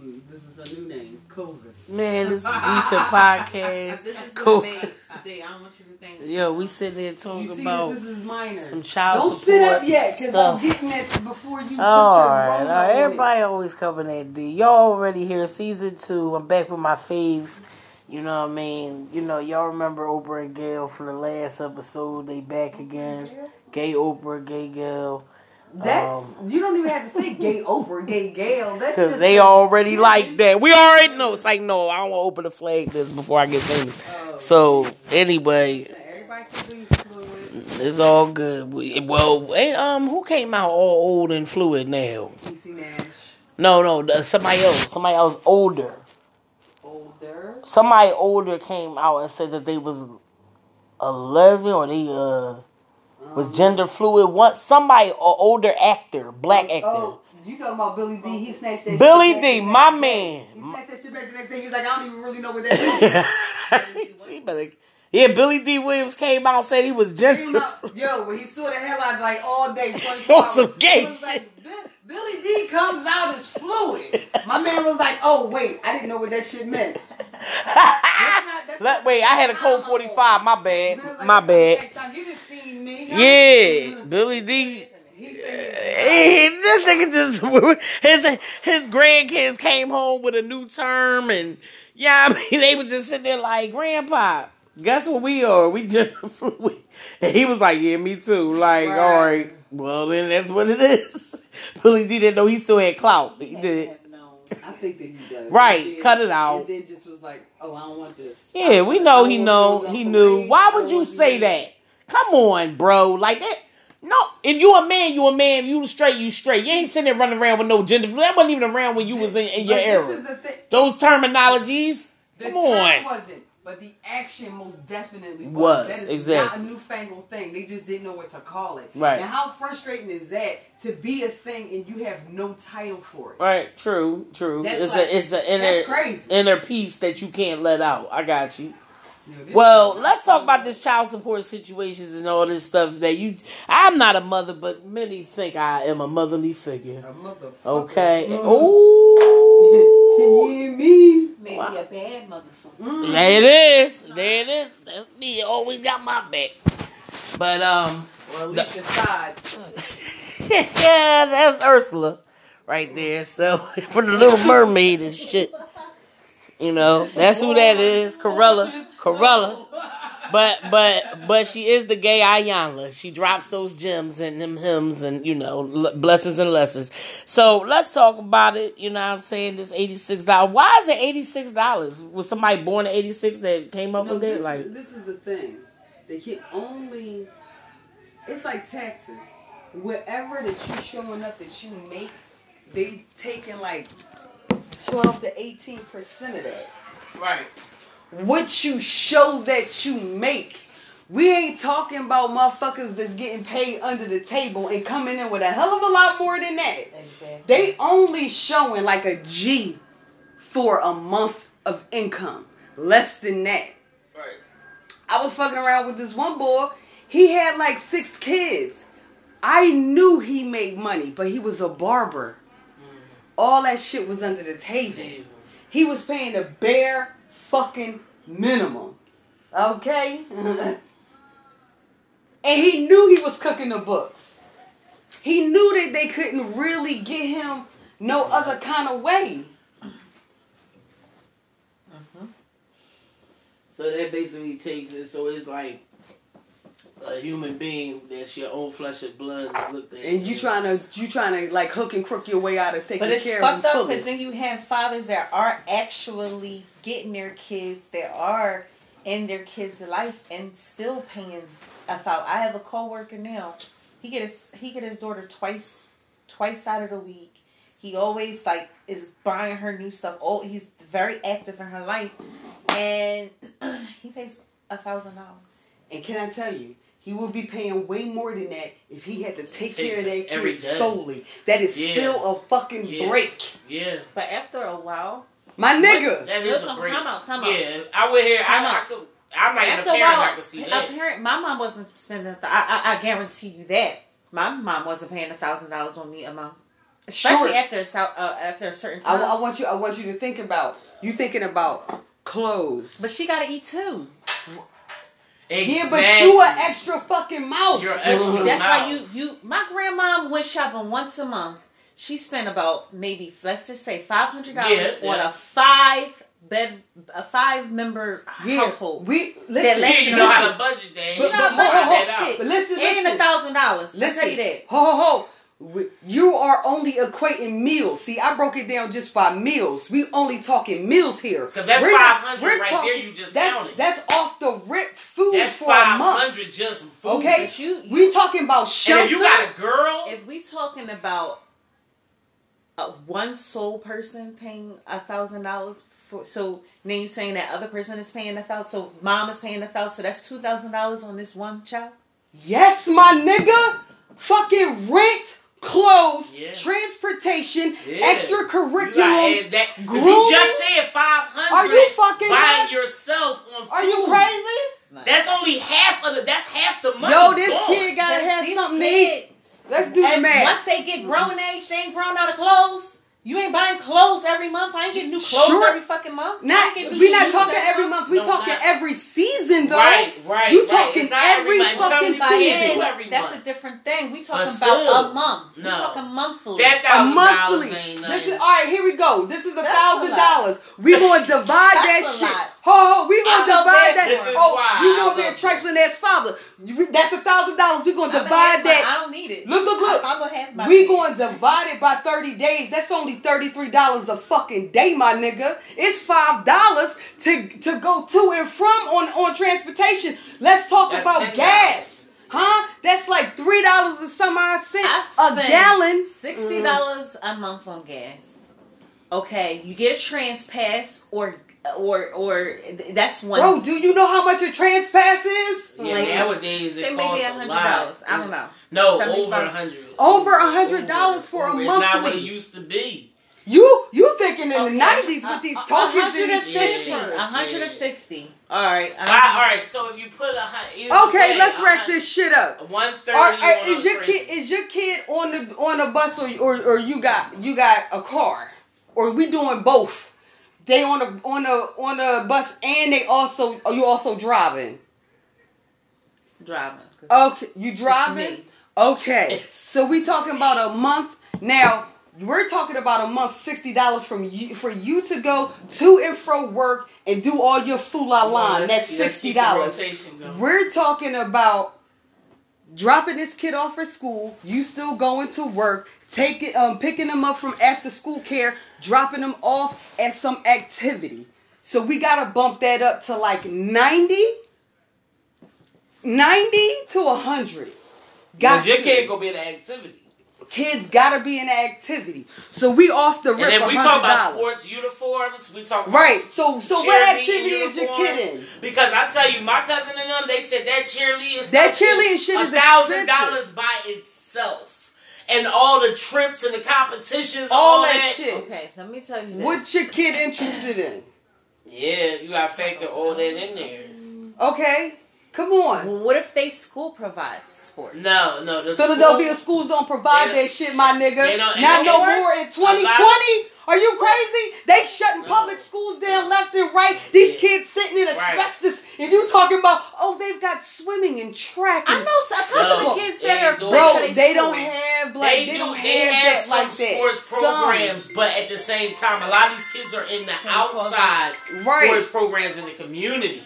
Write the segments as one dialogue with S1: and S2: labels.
S1: Mm, This is a new name, Covis.
S2: Man, this is decent podcast.
S3: This is
S2: Cool.
S3: what makes today. I want you to think.
S2: Yo, we sitting there
S1: You
S2: talking
S1: see,
S2: about
S1: this is minor.
S2: some child
S1: Don't
S2: support
S1: sit up yet, because I'm
S2: stuff.
S1: getting at you before you put
S2: All
S1: your
S2: right,
S1: roll
S2: all right.
S1: on it.
S2: everybody always coming at D. Y'all already here, season two. I'm back with my faves. You know what I mean? You know, y'all remember Oprah and Gail from the last episode. They back again. Gay Oprah, gay Gail.
S1: That's you don't even have to say gay Oprah, gay Gail. That's
S2: Because
S1: just
S2: um, they
S1: a-
S2: already like that. We already know. It's like, no, I don't want to open the flag this before I get famous.
S1: Oh.
S2: So, anyway,
S3: Everybody can be fluid.
S2: it's all good. We, well, hey, um, who came out all old and fluid now?
S3: Casey Nash,
S2: No, no, the- somebody else. Somebody else older.
S3: older.
S2: somebody older came out and said that they was a lesbian or they uh was gender fluid. What somebody a older actor, black actor.
S1: Oh, you talking about Billy D? He snatched that.
S2: Billy
S1: shit back
S2: D,
S1: the
S2: my
S1: next day. He
S2: man.
S1: snatched that shit back the next day. He's like, I don't even really know what that is.
S2: He better- yeah, Billy D. Williams came out and said he was
S1: Came
S2: gender
S1: out- Yo, when he saw the headlines like all day, 24
S2: On some
S1: hours, he
S2: gay
S1: was like, "Bi- Billy D comes out as fluid. My man was like, Oh wait, I didn't know what that shit meant. not- that's
S2: Let-
S1: not-
S2: Wait, I had a cold
S1: that's not-
S2: forty five, my
S1: Man was
S2: bad.
S1: like,
S2: My
S1: "Yo,
S2: bad.
S1: next time You just seen me.
S2: Yeah, Billy D.
S1: He said,
S2: Hey, this nigga just his his grandkids came home with a new term, and yeah, I mean they was just sitting there like, Grandpa, guess what we are? We just fluid. And he was like, Yeah, me too. Like,
S1: Right.
S2: all right, well then that's what it is. Billy D didn't know he still had clout. He did.
S3: No.
S1: I think that he does.
S2: Right,
S1: And then-
S2: cut it out.
S1: And then just was like, Oh, I don't want this.
S2: Yeah, we know
S1: I
S2: he
S1: don't
S2: know
S1: want oh, to
S2: he
S1: lose
S2: knew.
S1: weight. I
S2: Why
S1: don't
S2: would you
S1: want to
S2: say
S1: lose-
S2: that? Come on, bro. Like that. No, if you a man, you a man. If you straight, you straight. You ain't sitting there running around with no gender. That wasn't even around when you was in, in your
S1: But
S2: era.
S1: This is the thing.
S2: Those terminologies.
S1: The
S2: Come
S1: term
S2: on.
S1: wasn't, but the action most definitely was.
S2: Was,
S1: That is
S2: exactly.
S1: Not a newfangled thing. They just didn't know what to call it.
S2: Right.
S1: And how frustrating is that to be a thing and you have no title for it?
S2: Right. True. True.
S1: That's
S2: it's
S1: like-
S2: a it's an
S1: that's
S2: inner
S1: crazy.
S2: inner piece that you can't let out. I got you.
S1: You know, this
S2: Well,
S1: is-
S2: let's talk about this child support situations and all this stuff that you. I'm not a mother, but many think I am a motherly figure.
S1: A motherfucker.
S2: Okay.
S1: Mm. Can you
S2: Ooh.
S1: hear me?
S3: Maybe
S2: Wow.
S3: a bad motherfucker.
S2: There it is. There it is. That's me. Always got my back. But um
S1: Or at least your side.
S2: yeah, that's Ursula right there. So for the little mermaid and shit. You know, that's who that is. Corella. Corella. But but but she is the gay Ayanla. She drops those gems and them hymns and you know l- blessings and lessons. So let's talk about it. You know what I'm saying? This eighty six dollars. Why is it eighty six dollars? Was somebody born in eighty six that came up
S1: No,
S2: with it?
S1: this,
S2: Like
S1: this is the thing. They can only. It's like taxes. Wherever that you showing up that you make, they taking like twelve to eighteen percent of that.
S2: right.
S1: What you show that you make. We ain't talking about motherfuckers that's getting paid under the table and coming in with a hell of a lot more than that.
S3: Exactly.
S1: They only showing like a G for a month of income. Less than that.
S2: Right.
S1: I was fucking around with this one boy. He had like six kids. I knew he made money, but he was a barber. All that shit was under the table. He was paying the bare fucking minimum. Okay? and he knew he was cooking the books. He knew that they couldn't really get him no other kind of way.
S2: So that basically takes it. So it's like a human being that's your own flesh and blood is looked at.
S1: And you
S2: as-
S1: trying to you trying to like hook and crook your way out of taking
S3: But it's
S1: care of
S3: fucked
S1: them
S3: up
S1: fully.
S3: because then you have fathers that are actually getting their kids that are in their kids' life and still paying a thou. I have a coworker now. He get his he get his daughter twice twice out of the week. He always like is buying her new stuff. Oh, he's very active in her life, and he pays a thousand dollars.
S1: And can I tell you, he would be paying way more than that if he had to take,
S2: Take
S1: care of that
S2: every
S1: kid
S2: day.
S1: solely. That is
S2: Yeah.
S1: still a fucking
S2: Yeah.
S1: break.
S2: Yeah,
S3: But after a while,
S1: My nigga.
S2: that
S3: Look,
S2: is a
S3: come
S2: break.
S3: out, come out.
S2: yeah, I would hear.
S3: Come
S2: I, I
S3: out.
S2: could. I'm not even a
S3: After a
S2: parent.
S3: while,
S2: I could see that.
S3: A parent, my mom wasn't spending. A th- I, I I guarantee you that my mom wasn't paying a thousand dollars on me a month. especially
S1: Short.
S3: after a, sou- uh, after a certain
S1: I,
S3: time.
S1: I want you. I want you to think about. You thinking about clothes.
S3: but she gotta eat too.
S1: Yeah, but you are extra fucking mouth.
S2: You're extra
S3: That's why
S2: mouth.
S3: you you. My grandma went shopping once a month. She spent about maybe let's just say five hundred dollars
S2: Yeah,
S3: on
S2: yeah.
S3: a five bed a five member
S1: yeah,
S3: household.
S1: we
S3: That
S1: listen.
S2: Yeah, you know how to budget that.
S1: But-
S2: You
S1: but-
S2: know how to
S1: but-
S2: budget that
S3: shit.
S2: out.
S1: But listen,
S3: It ain't
S1: listen,
S3: a thousand dollars. I'll
S1: listen.
S3: tell you that.
S1: Ho ho ho. We- You are only equating meals. See, I broke it down just by meals. We only talking meals here.
S2: 'Cause that's
S1: We're not-
S2: 500
S1: we're
S2: right there you just
S1: that's,
S2: counted.
S1: That's off the rip food
S2: That's
S1: for a
S2: five
S1: month.
S2: hundred just for food.
S1: Okay,
S3: But you-
S1: we talking about
S2: And
S1: shelter.
S2: if you got a girl,
S3: If we talking about a one sole person paying a thousand dollars for, so then you saying that other person is paying a thousand, so mom is paying a thousand, so that's two thousand dollars on this one child.
S1: Yes, my nigga. Fucking rent, clothes,
S2: Yeah.
S1: transportation,
S2: Yeah.
S1: extra
S2: you gotta
S1: curriculums.
S2: add that. 'Cause
S1: grooming?
S2: you just said five hundred.
S1: Are you fucking
S2: by
S1: nuts?
S2: yourself on
S1: Are you
S2: food.
S1: crazy?
S2: That's only half of the. That's half the money.
S1: Yo, this
S2: gone.
S1: kid gotta
S3: That's
S1: have
S3: this
S1: something to
S3: kid.
S1: eat. Let's do the
S3: And
S1: math.
S3: once they get grown age, they ain't grown out of clothes. You ain't buying clothes every month. I ain't getting new clothes
S1: Sure.
S3: every fucking month. I ain't
S1: Not
S3: getting new
S1: we not
S3: shoes
S1: talking every month. We
S2: No,
S1: talking
S2: not-
S1: every season though.
S2: Right, right.
S1: You
S2: right.
S1: talking
S2: It's not
S1: every
S2: everybody. Some
S1: fucking
S2: people
S3: By
S1: season.
S2: can't do
S3: hand,
S2: every
S3: that's
S2: month.
S3: a different thing. We talking
S2: still,
S3: about a month.
S2: no.
S3: We talking monthly.
S2: That
S1: A
S2: thousand
S1: monthly.
S2: dollars ain't
S1: This
S2: nothing.
S1: is all right. Here we go. This is a
S3: That's a
S1: thousand
S3: lot.
S1: dollars. We gonna divide that
S3: That's a
S1: shit.
S3: lot.
S1: Ho ho. We gonna
S3: I love
S1: divide
S3: that
S1: that.
S2: This is
S1: oh,
S2: why
S1: you
S2: I
S1: gonna be a
S2: love
S1: trifling ass father. You- That's a thousand dollars. We gonna
S3: I'm gonna
S1: divide
S3: have my-
S1: that.
S3: I don't need it.
S1: Look, look, look.
S3: I'm gonna have my
S1: We
S3: kid.
S1: going to divide it by 30 days. That's only $33 a fucking day, my nigga. It's $5 to to go to and from on, on transportation. Let's talk
S2: That's
S1: about
S2: $10.
S1: gas. Huh? That's like $3 and some odd cent
S3: I've
S1: a
S3: spent
S1: gallon. Mm.
S3: Sixty dollars a month on gas. Okay, you get a trans pass or or or that's one.
S1: Bro, do you know how much a trans pass is?
S2: yeah,
S3: like-
S2: nowadays
S3: they
S2: it
S3: may be
S2: costs a
S3: hundred
S2: lot.
S3: dollars. I don't know.
S2: No,
S3: Seventy
S2: over
S3: five.
S2: a hundred.
S1: Over a hundred dollars for a
S2: over. It's
S1: monthly.
S2: not what it used to be.
S1: You you thinking in
S3: Okay.
S1: the 90s
S3: A-
S1: with these
S3: a-
S1: tokens and these
S3: 150.
S1: shit.
S2: Yeah.
S3: 150. All right.
S2: All right, so if you put a hundred.
S1: Okay,
S3: uh,
S1: let's wrap this shit up.
S2: uh-huh. One thirty.
S1: Are, are- is your kid is your kid on the on a bus or, or or you got you got a car or we doing both? They on a on a on a bus and they also are you also driving?
S3: Driving.
S1: Okay, you driving?
S3: me.
S1: Okay, so we talking about a month now. We're talking about a month, sixty dollars from you for you to go to and fro work and do all your foola line. That's sixty dollars. We're talking about dropping this kid off at school. You still going to work, taking, um, picking them up from after school care, dropping them off at some activity. So we gotta bump that up to like 90, 90 to hundred. Got
S2: Because your
S1: to.
S2: kid go be the activity.
S1: kids gotta be in the activity. So we off the rip.
S2: And if we talk
S1: $100.
S2: about sports uniforms, we talk about
S1: Right. So- so what
S2: cheerleading
S1: activity is your kid
S2: uniforms.
S1: in?
S2: Because I tell you, my cousin and them, they said that cheerleading stuff
S1: That cheerleading shit is
S2: thousand dollars
S1: expensive.
S2: by itself, and all the trips and the competitions, and
S1: all,
S2: all
S1: that, shit.
S3: Okay, let me tell you this.
S1: What your kid interested in?
S2: Yeah, you got to factor all that in there.
S1: Okay, come on.
S3: well, what if they school provides sports?
S2: No, no. The
S1: Philadelphia
S2: school,
S1: schools don't provide
S2: They don't-
S1: that shit, my
S2: they
S1: nigga.
S2: don't- and
S1: Not
S2: they
S1: no
S2: work.
S1: more in
S2: A lot of-
S1: 2020. Are you crazy? They shutting public schools down left and right. These
S2: Yeah.
S1: kids sitting in
S2: Right.
S1: asbestos, and you talking about oh they've got swimming and track.
S3: I
S1: And
S3: know a couple
S2: No,
S3: of kids
S2: they
S3: that are
S2: ain't doing
S1: bro,
S2: that.
S1: they,
S2: They
S1: don't
S2: schooling.
S1: have like
S2: they,
S1: they,
S2: do.
S1: don't
S2: They
S1: have,
S2: have
S1: that
S2: some
S1: like that.
S2: sports
S1: Some.
S2: programs, but at the same time, a lot of these kids are in the outside
S1: Right.
S2: sports programs in the community.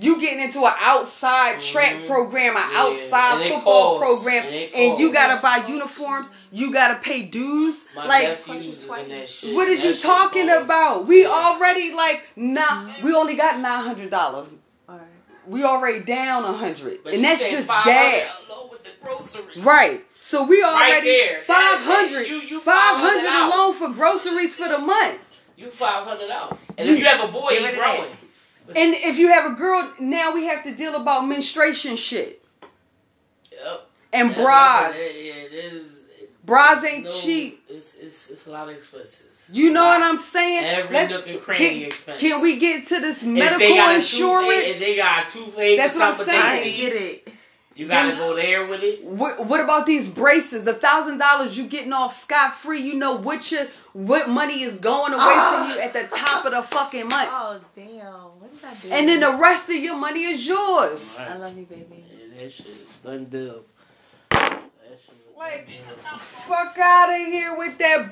S1: You getting into an outside track program, an
S2: Mm-hmm. Yeah, and
S1: outside
S2: it
S1: football
S2: costs.
S1: program,
S2: And it
S1: and, you gotta
S2: costs.
S1: buy uniforms. You gotta pay dues.
S2: My
S1: like
S2: nephews is in that shit.
S1: What is
S2: That
S1: you
S2: shit
S1: talking
S2: goes.
S1: about? We
S2: Yeah. Mm-hmm.
S1: already like nah. We only got nine hundred dollars.
S3: All right.
S1: We already down a hundred,
S2: But
S1: and
S2: she
S1: that's
S2: said
S1: just
S2: 500
S1: gas.
S2: alone with the groceries.
S1: Right. So we already
S2: there.
S1: five hundred.
S2: You- you
S1: Five
S2: followed it
S1: hundred
S2: out.
S1: alone for groceries for the month.
S2: You five hundred out, and
S1: You-
S2: if you have a boy,
S3: Give
S2: he
S3: it a
S2: growing.
S1: And if you have a girl, now we have to deal about menstruation shit
S2: Yep.
S1: and
S2: That's
S1: bras.
S2: what I said. Yeah, it is.
S1: Bras
S2: it's
S1: ain't
S2: no-
S1: cheap.
S2: It's it's it's a lot of expenses.
S1: You know what I'm saying?
S2: Every nook and cranny
S1: can,
S2: expense.
S1: Can we get to this
S2: If
S1: medical
S2: they got a
S1: insurance?
S2: Toothache, if they got a toothache,
S1: That's
S2: or
S1: what I'm
S2: something,
S1: saying.
S2: they
S1: I ain't
S2: see-
S3: it.
S4: You gotta
S1: Then-
S4: go there with it.
S1: What, what about these braces? A thousand dollars you getting off scot free? You know what your what money is going away from you at the top of the fucking month,
S3: Oh damn! What did I do?
S1: and then the rest of your money is yours.
S3: I love you, baby.
S2: Yeah, that shit is done deal.
S1: Like, fuck out of here with that
S3: All right,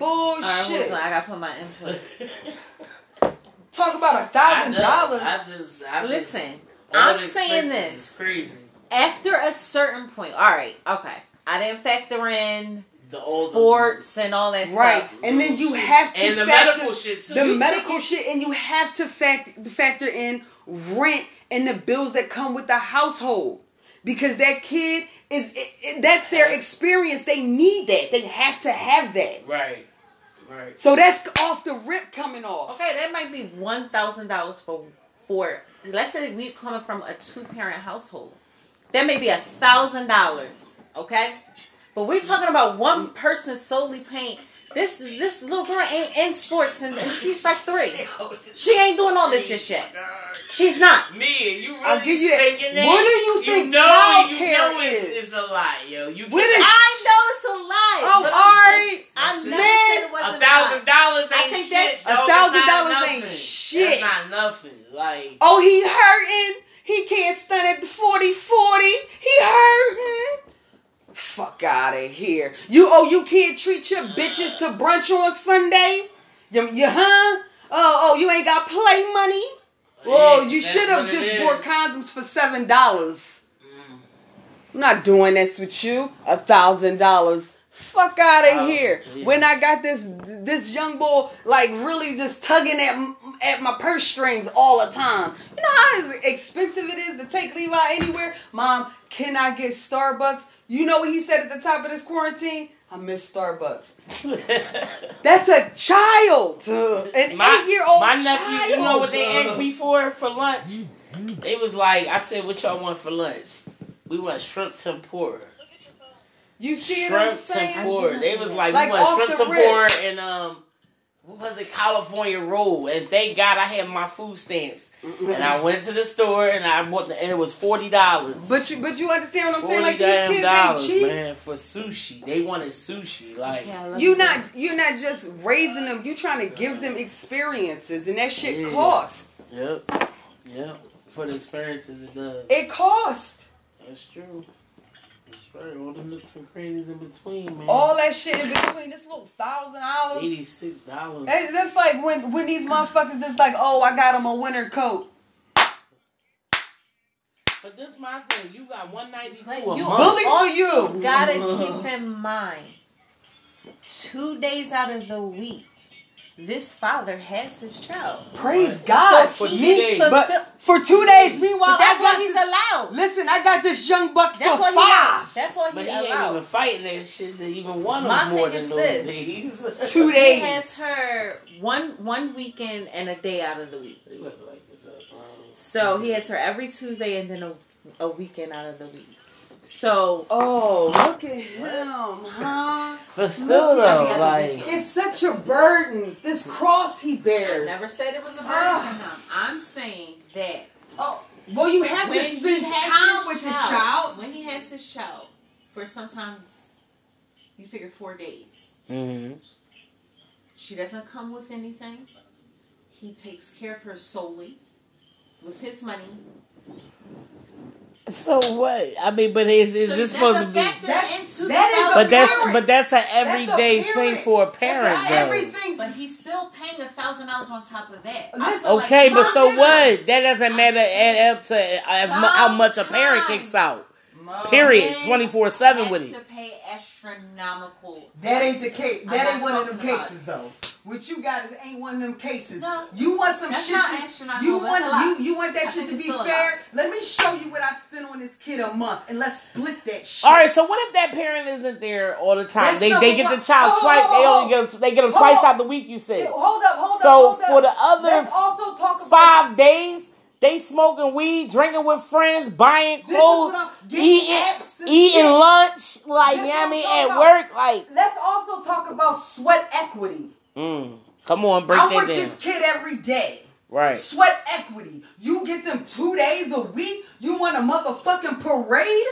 S1: bullshit.
S3: hold on. I gotta put my input.
S1: Talk about a
S4: I
S1: thousand
S4: know.
S1: dollars.
S4: I just, I just-
S3: Listen,
S4: all
S3: I'm
S4: the
S3: saying
S4: expenses
S3: this.
S4: is crazy.
S3: after a certain point, all right, okay, I didn't factor in
S4: The old
S3: sports and all that
S1: Right,
S3: stuff.
S1: and then you have to
S4: and the
S1: factor
S4: medical shit too.
S1: the
S4: You
S1: medical shit, and you have to fact, factor in rent and the bills that come with the household because that kid is it, it- that's their
S4: Yes.
S1: experience. They need that. They have to have that.
S4: thinking- right, right.
S1: So that's off the rip coming off.
S3: Okay, that might be one thousand dollars for for let's say we coming from a two parent household. That may be a thousand dollars. Okay? But we're talking about one person solely paying this this little girl ain't in sports and, and she's like three. She ain't doing all this shit shit. She's not.
S4: Me, you really
S1: I'll give you that.
S4: thinking that?
S1: What do you think
S4: know, you
S1: childcare
S4: know
S1: is?
S4: It's, it's a lie, yo. You Ah,
S1: What
S4: get
S1: is-
S3: I know it's a lie.
S1: Oh,
S3: but
S1: Ari,
S3: I'm just- I never
S1: man.
S3: said it wasn't
S4: a thousand dollars
S3: I
S4: ain't
S3: think
S4: shit.
S3: that's-
S4: dog. It's
S1: $1,000
S4: not
S1: ain't
S4: nothing.
S1: shit.
S4: That's not nothing. Like
S1: Oh, he hurting. He can't stand at the 40 40. He hurting. Fuck out of here. You oh you can't treat your bitches to brunch on Sunday? You, you huh? Oh, oh, you ain't got play money? Oh,
S4: yeah,
S1: you
S4: that's
S1: should have
S4: what it
S1: just
S4: is.
S1: bought condoms for seven dollars. I'm not doing this with you. A thousand dollars. Fuck out of
S4: Thousand,
S1: here.
S4: Oh, yeah.
S1: When I got this this young boy like really just tugging at m- at my purse strings all the time. You know how expensive it is to take Levi anywhere. Mom, can I get Starbucks? You know what he said at the top of this quarantine? I miss Starbucks.
S4: Mm.
S1: That's a child, an
S4: my,
S1: eight-year-old
S4: my nephew,
S1: child.
S4: you know what they asked me for for lunch? They was like, I said, "What y'all want for lunch?" We want shrimp tempura.
S1: You see what I'm
S4: Shrimp
S1: saying?
S4: tempura. They was like,
S1: Like,
S4: we want
S1: off
S4: shrimp
S1: the
S4: tempura and um, what was it? California roll. And thank God I had my food stamps. And I went to the store and I bought the, and it was forty dollars.
S1: But you, but you understand what I'm
S4: Forty
S1: saying? Like these
S4: damn
S1: kids
S4: dollars,
S1: ain't cheap.
S4: man, for sushi. They wanted sushi. Like,
S3: Yeah, I love
S1: You not you're not just raising them. You trying to give them experiences, and that shit
S4: Yeah.
S1: costs.
S4: yep, yep. For the experiences, it does.
S1: It costs.
S4: That's true. That's right. All the nooks and crannies in between, man.
S1: All that shit in between. This little thousand dollars.
S4: eighty-six dollars.
S1: That's that's like when when these motherfuckers just like, oh, I got him a winter coat.
S4: But this my thing. You got one
S3: But
S4: ninety-two a
S3: you
S4: month.
S1: Bully for
S3: also
S1: you.
S3: gotta keep in mind, two days out of the week, this father has his child.
S1: Praise
S4: Right.
S1: God.
S4: So for two
S1: Me-
S4: days.
S1: but for two days. Meanwhile,
S3: But that's
S1: I got
S3: why he's
S1: this-
S3: allowed.
S1: Listen, I got this young buck
S3: That's
S1: for
S3: why he
S1: five.
S3: That's why
S4: But
S3: he
S4: he ain't even
S3: allowed.
S4: fighting that shit. They even won
S3: My
S4: him more
S3: thing
S4: than
S3: is
S4: those
S3: this.
S4: days.
S1: Two
S3: He
S1: days.
S3: has her one one weekend and a day out of the week.
S4: They was like, "What's up, bro?"
S3: So he has her every Tuesday and then a, a weekend out of the week. So
S1: Oh, look at him, huh?
S2: But still
S1: Look at
S2: though,
S1: him.
S2: like
S1: It's such a burden. This cross he
S3: I
S1: bears.
S3: never said it was a burden
S1: Ah.
S3: on him. I'm saying that
S1: Oh, well, you have
S3: when
S1: to spend
S3: he has
S1: time
S3: his
S1: with the child.
S3: When he has his child, for sometimes you figure four days,
S2: mm-hmm.
S3: she doesn't come with anything. He takes care of her solely with his money.
S2: so what? I mean, but is is
S3: So
S2: this
S3: that's
S2: supposed
S3: a
S2: to be?
S3: factor
S1: That-
S3: into the
S1: that is a
S2: But
S3: salary.
S2: that's
S1: parent.
S2: but that's an
S1: That's a
S2: everyday
S1: parent.
S2: thing for a
S1: That's
S2: parent
S1: a
S2: though.
S1: everything.
S3: But he's still paying a thousand dollars on top of that. I
S1: Listen,
S3: feel like
S2: Okay, but
S1: Mom,
S2: so
S1: no.
S2: what? That doesn't matter. Add up to uh, mu- how much a parent
S3: Sometimes.
S2: kicks out.
S1: Mom,
S2: Period.
S3: men
S2: Twenty four seven
S3: have
S2: with it.
S3: To pay astronomical.
S1: That ain't the case.
S3: I'm
S1: That
S3: not
S1: ain't one of them
S3: talking about
S1: cases, though. What you got is ain't one of them cases.
S3: No.
S1: You want some
S3: That's
S1: shit?
S3: not
S1: to-
S3: astronomical,
S1: you
S3: but
S1: want
S3: it's a lot.
S1: you you want that
S3: I
S1: shit
S3: think
S1: to
S3: it's
S1: be
S3: still a
S1: fair?
S3: lot.
S1: Let me show you what I spent on this kid a month, and let's split that shit.
S2: All right. So what if that parent isn't there all the time?
S1: That's
S2: They
S1: number
S2: they get
S1: one.
S2: the child
S1: Hold
S2: twice.
S1: on,
S2: They
S1: hold
S2: only get them, they get them
S1: Hold
S2: twice
S1: on.
S2: out the week. You said.
S1: Hold up, hold
S2: So
S1: up. hold up.
S2: for the other
S1: let's also talk about
S2: five days. They smoking weed, drinking with friends, buying
S1: is
S2: clothes,
S1: what I'm- getting
S2: eating,
S1: apps and
S2: eating
S1: shit.
S2: lunch,
S1: This
S2: like you know
S1: what
S2: what I
S1: I'm
S2: mean,
S1: talking
S2: at
S1: about.
S2: work, like.
S1: Let's also talk about sweat equity.
S2: Mm, come on, break
S1: I'm
S2: that
S1: with
S2: down.
S1: this kid every day.
S2: Right.
S1: Sweat equity. You get them two days a week. You want a motherfucking parade?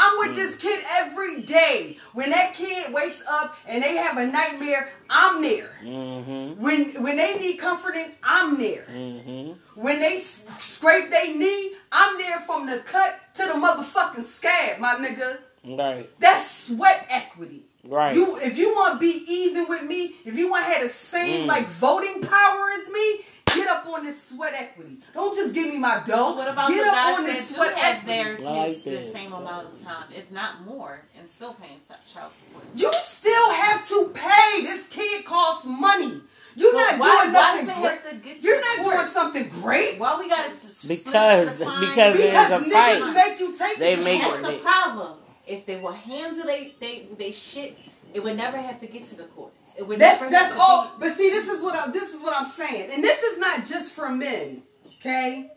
S1: I'm with this kid every day. When that kid wakes up and they have a nightmare, I'm there.
S2: Mm-hmm.
S1: When when they need comforting, I'm there.
S2: Mm-hmm.
S1: When they s- scrape their knee, I'm there from the cut to the motherfucking scab, my nigga.
S2: Right.
S1: That's sweat equity.
S2: Right.
S1: You, if you want to be even with me, if you want to have the
S2: Mm.
S1: same like voting power as me, get up on this sweat equity. Don't just give me my dough.
S3: What about
S1: get
S3: the
S1: up
S3: guys
S1: on
S3: that
S1: this
S3: do
S1: sweat
S3: have
S1: equity.
S3: their kids
S2: Like
S3: the
S2: this,
S3: same
S2: right.
S3: amount of time, if not more, and still paying t- child support?
S1: You still have to pay. This kid costs money. You're
S3: But
S1: not
S3: why,
S1: doing
S3: why
S1: nothing
S3: does it
S1: great.
S3: have to get to
S1: You're
S3: the
S1: not
S3: court?
S1: doing something great
S3: Why we gotta s- split
S2: Because-
S3: the fine?
S2: because There's
S1: because
S2: a
S1: niggas
S2: fight.
S1: make you take
S2: They
S1: it.
S2: make
S3: That's
S2: it.
S3: the problem. If they will handle they they they shit, it would never have to get to the courts. It would
S1: That's
S3: never
S1: that's
S3: have to
S1: all. But see, this is what I, this is what I'm saying, and this is not just for men. Okay,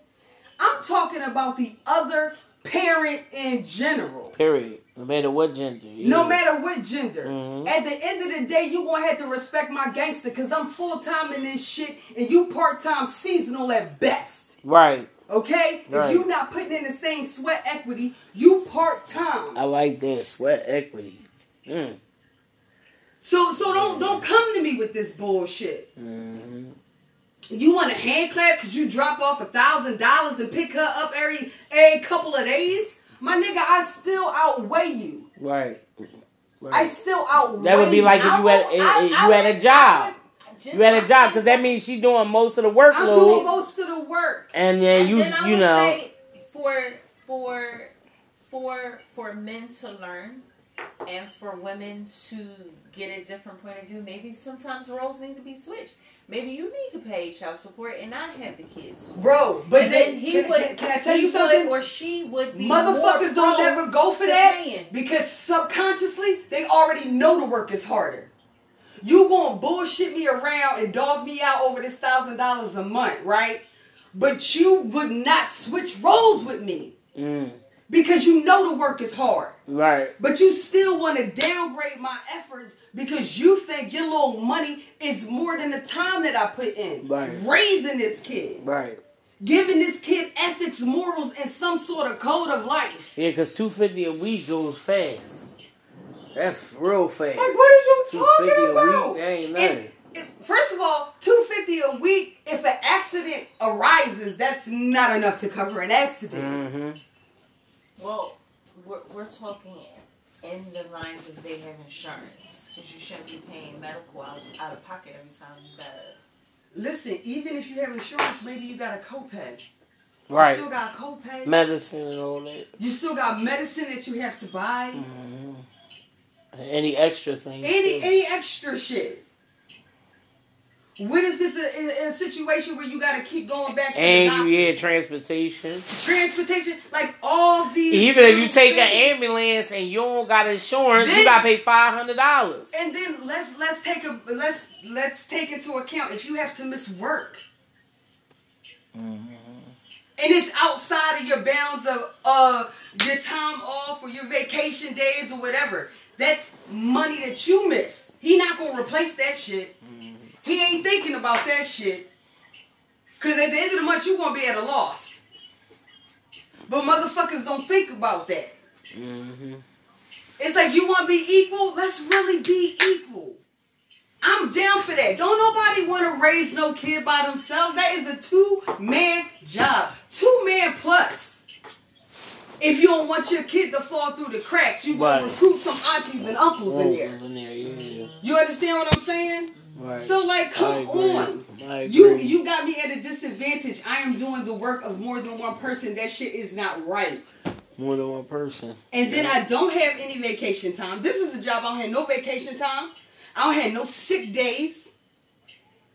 S1: I'm talking about the other parent in general.
S2: Period. No matter what gender.
S1: No
S2: yeah.
S1: matter what gender.
S2: Mhm.
S1: At the end of the day, you gonna have to respect my gangster because I'm full time in this shit, and you part time seasonal at best.
S2: Right.
S1: Okay,
S2: Right.
S1: if you not putting in the same sweat equity, you part time.
S2: I like that. Sweat equity. Mm.
S1: So so don't don't come to me with this bullshit.
S2: Mm-hmm.
S1: You want a hand clap because you drop off a thousand dollars and pick her up every every couple of days? My nigga, I still outweigh you.
S2: Right. right.
S1: I still outweigh.
S2: That would be like if
S1: you.
S2: you had if- if you had a job.
S3: Just
S2: You had a
S3: like
S2: job because that means she's doing most of the workload,
S1: I'm doing most of the work.
S2: and then
S3: And
S2: you
S3: I
S2: you
S3: would
S2: know
S3: say for for for for men to learn and for women to get a different point of view maybe sometimes roles need to be switched maybe you need to pay child support and not have the kids
S1: Bro, but
S3: and
S1: then,
S3: then he
S1: can,
S3: would
S1: can, can I tell
S3: he
S1: you
S3: would
S1: something?
S3: or she would be
S1: Motherfuckers
S3: more
S1: don't
S3: prone
S1: ever go for
S3: to
S1: that
S3: paying.
S1: because subconsciously they already know the work is harder. You gonna bullshit me around and dog me out over this thousand dollars a month, right? But you would not switch roles with me
S2: Mm,
S1: because you know the work is hard.
S2: right.
S1: But you still want to downgrade my efforts because you think your little money is more than the time that I put in
S2: Right.
S1: raising this kid,
S2: Right.
S1: giving this kid ethics, morals, and some sort of code of life.
S2: Yeah, because two fifty a week goes fast. That's real fast.
S1: Like, what are you talking
S2: 250 a week,
S1: about?
S2: that ain't
S1: If-
S2: nothing.
S1: if- first of all, two fifty a week. If an accident arises, that's not enough to cover an accident.
S2: Mm-hmm.
S3: Well, we're, we're talking in the lines of they have insurance because you shouldn't be paying medical out, out of pocket every time you got a.
S1: Listen, even if you have insurance, maybe you got a copay. You still
S2: Right.
S1: got a copay.
S2: Medicine and all that.
S1: you still got medicine that you have to buy.
S2: Mm-hmm. Any extra things?
S1: Any
S2: too.
S1: any extra shit. What if it's a, in- in a situation where you got to keep going back to the
S2: and
S1: doctor?
S2: you get transportation.
S1: transportation, like all these.
S2: Even if you take
S1: things.
S2: an ambulance and you don't got insurance, you
S1: Then-
S2: gotta pay five hundred dollars.
S1: And then let's let's take a let's let's take into account if you have to miss work. And it's outside of your bounds of uh your time off or your vacation days or whatever. That's money that you miss. He not gonna replace that shit. He ain't thinking about that shit. Cause at the end of the month you gonna be at a loss. But motherfuckers don't think about that.
S2: Mm-hmm.
S1: It's like you want to be equal. Let's really be equal. I'm down for that. Don't nobody want to raise no kid by themselves. That is a two man job, two man plus. If you don't want your kid to fall through the cracks, you gonna
S2: Right.
S1: recruit some aunties and uncles in there.
S2: yeah.
S1: You understand what I'm saying?
S2: Right.
S1: So like,
S2: I
S1: come
S2: agree.
S1: on.
S2: I agree.
S1: You you got me at a disadvantage. I am doing the work of more than one person. That shit is not right.
S2: more than one person.
S1: And then I don't have any vacation time. This is a job I don't have no vacation time. I don't have no sick days.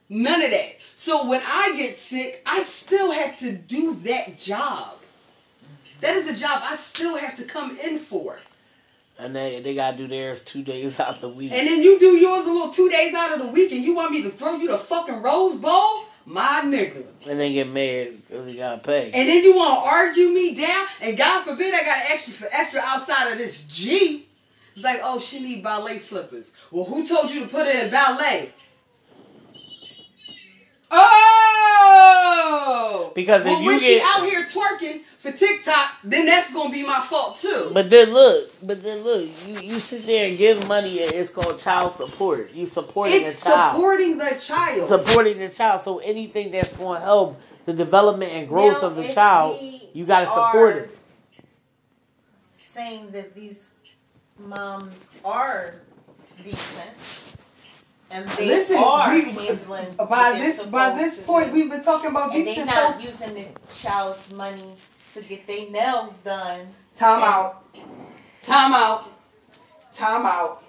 S1: None of that. So when I get sick, I still have to do that job. That is a job I still have to come in for.
S2: And they they gotta do theirs two days out the week.
S1: And then you do yours a little two days out of the week and you want me to throw you the fucking Rose Bowl? My nigga.
S2: And they get mad because they gotta pay.
S1: And then you want to argue me down, and God forbid I got extra for extra outside of this G. It's like, oh, she need ballet slippers. Well, who told you to put her in ballet? Oh,
S2: Because if
S1: well,
S2: you
S1: when she
S2: get-
S1: Oh! out here twerking for TikTok, then that's gonna be my fault too.
S2: But then look, but then look, you, you sit there and give money and it's called child support. You supporting
S1: it's
S2: a child.
S1: supporting the child.
S2: supporting the child. So anything that's going to help the development and growth
S3: Now,
S2: of the
S3: if
S2: child,
S3: we
S2: you got to support
S3: are
S2: it.
S3: Saying that these moms are decent and they
S1: Listen,
S3: are
S1: we-
S3: handling
S1: by
S3: what they're
S1: this by
S3: supposed
S1: this
S3: to
S1: point,
S3: do.
S1: we've been talking about
S3: and they
S1: decent
S3: not
S1: folks.
S3: using the child's money to get their nails done.
S1: Time out. Time out. Time out.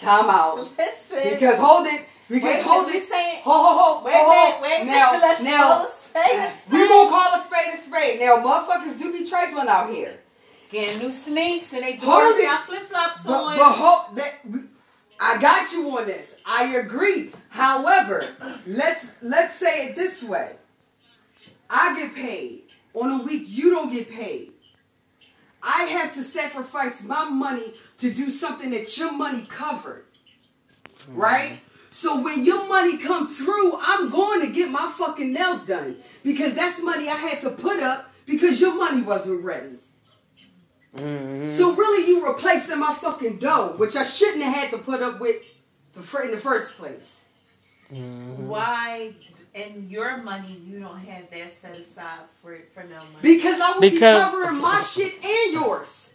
S1: Time out.
S3: Listen,
S1: Because hold it. Because
S3: wait,
S1: hold
S3: we
S1: it.
S3: saying,
S1: Ho ho ho.
S3: wait,
S1: ho,
S3: wait,
S1: ho.
S3: wait,
S1: now,
S3: now, let's
S1: now,
S3: call a spade
S1: We
S3: a spade.
S1: gonna call a spade a spade. Now, motherfuckers do be trifling out here.
S3: Getting new sneaks and they do
S1: Hold it.
S3: got flip flops
S1: But,
S3: on.
S1: but ho- that, I got you on this. I agree. However, let's let's say it this way. I get paid on a week. You don't get paid. I have to sacrifice my money to do something that your money covered, right? So when your money comes through, I'm going to get my fucking nails done because that's money I had to put up because your money wasn't ready.
S2: Mm-hmm.
S1: So really, you replacing my fucking dough, which I shouldn't have had to put up with the fr- in the first place.
S3: Why in your money you don't have that set aside for for no money?
S1: Because I would be
S2: Because-
S1: covering my shit and yours.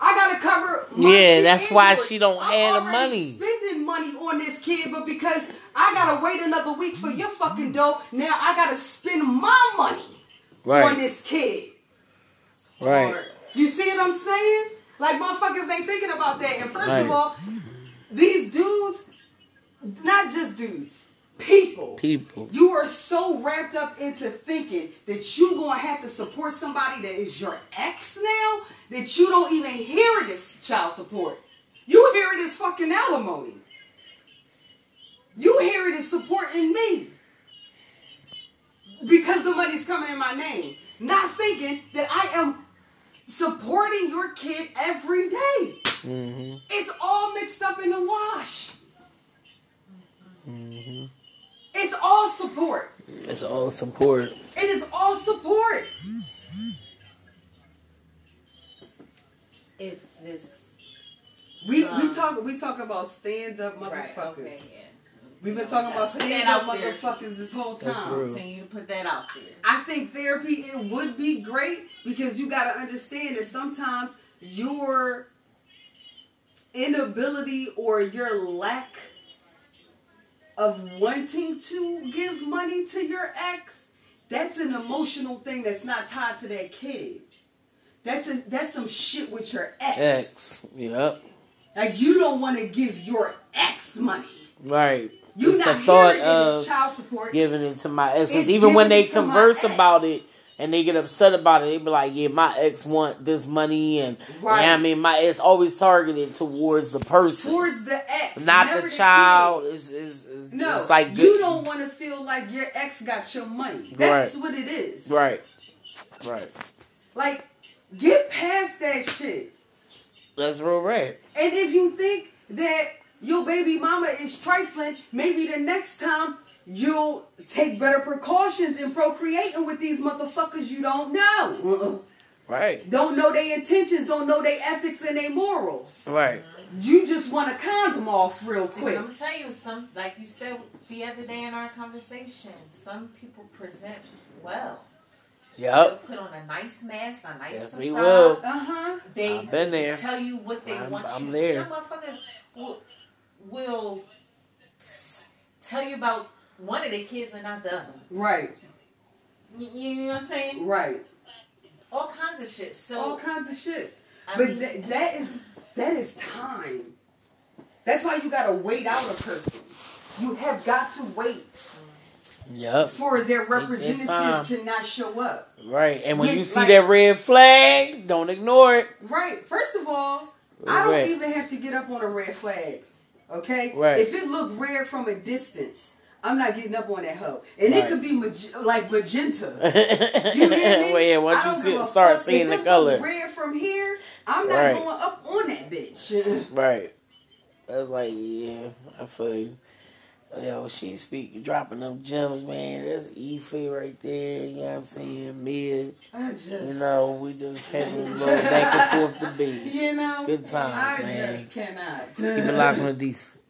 S1: I gotta cover. My
S2: Yeah,
S1: shit
S2: that's
S1: and
S2: why
S1: yours.
S2: she don't
S1: I'm
S2: have the
S1: already
S2: money.
S1: Spending money on this kid, but because I gotta wait another week for your fucking dough, now I gotta spend my money on this kid.
S2: right.
S1: You see what I'm saying? Like motherfuckers ain't thinking about that. And first
S2: Right.
S1: of all, these dudes, not just dudes, people.
S2: People.
S1: You are so wrapped up into thinking that you gonna have to support somebody that is your ex now that you don't even hear it as child support. You hear it as fucking alimony. You hear it as supporting me because the money's coming in my name. Not thinking that I am supporting your kid every day. It's all mixed up in the wash. It's all support.
S2: It's all support.
S1: It is all support.
S3: If this
S1: We we
S3: Um,
S1: talk we talk about stand up motherfuckers.
S3: right, okay, yeah.
S1: We've been talking about
S3: Put that
S1: stand up
S3: out there.
S1: motherfuckers this whole
S2: That's
S1: time.
S2: real.
S3: Continue to put that out there.
S1: I think therapy it would be great because you got to understand that sometimes your inability or your lack of wanting to give money to your ex that's an emotional thing that's not tied to that kid. That's a that's some shit with your ex.
S2: X. Yep.
S1: Like you don't want to give your ex money.
S2: Right.
S1: You
S2: it's
S1: not
S2: the
S1: hearing
S2: thought
S1: it as
S2: of
S1: child support.
S2: giving it to my exes.
S1: It's
S2: Even when
S1: giving
S2: they
S1: it to my
S2: converse
S1: ex.
S2: about it and they get upset about it, they be like, "Yeah, my ex want this money," and
S1: Right.
S2: yeah, I mean, my ex always targeted towards the person,
S1: towards the ex,
S2: not
S1: never
S2: the
S1: kid.
S2: child. Is is is
S1: No,
S2: it's like
S1: you
S2: good-
S1: don't want to feel like your ex got your money. That's
S2: Right.
S1: what it is.
S2: right, right.
S1: Like, get past that shit.
S2: That's real right.
S1: And if you think that your baby mama is trifling, maybe the next time you'll take better precautions in procreating with these motherfuckers you don't know.
S2: Right.
S1: Don't know their intentions, don't know their ethics and their morals.
S2: Right.
S1: You just want to condom off real
S3: See,
S1: quick.
S3: I'm gonna tell you some, like you said the other day in our conversation. Some people present well. They'll
S2: Yep.
S3: put on a nice mask, a nice
S2: Oh. Yes,
S3: facade.
S2: we will.
S1: Uh huh.
S3: They
S2: I've been there.
S3: tell you what they
S2: I'm-
S3: want
S2: I'm
S3: you.
S2: there.
S3: Some motherfuckers will, will s- tell you about one of the kids and not the other.
S1: Right,
S3: You, you know what I'm saying?
S1: right.
S3: All kinds of shit. So
S1: All kinds of shit.
S3: I
S1: But
S3: mean,
S1: tha- that is that is time. That's why you gotta wait out a person. You have got to wait
S2: Yep.
S1: for their
S2: time.
S1: representative to not show up.
S2: Right. And when
S1: When,
S2: you see
S1: like-
S2: that red flag, don't ignore it.
S1: Right. First of all, I don't
S2: Right.
S1: even have to get up on a red flag. Okay.
S2: Right.
S1: If it looked red from a distance, I'm not getting up on that hoe. And
S2: Right.
S1: it could be mag- like magenta. You hear me?
S2: well, yeah,
S1: I
S2: once you
S1: don't
S2: see,
S1: give a
S2: start
S1: fuck.
S2: seeing
S1: If
S2: the
S1: it look
S2: color.
S1: Red from here. I'm not
S2: Right.
S1: going up on that bitch.
S2: Right. That's like, yeah, I feel you. Yo, she speak dropping them gems, man. That's Ife right there. You know what I'm saying? Mia.
S1: I just,
S2: You know, we just had a little back and forth debate.
S1: you know,
S2: Good times,
S1: I
S2: man.
S1: just cannot.
S2: Keep it locked on the decent.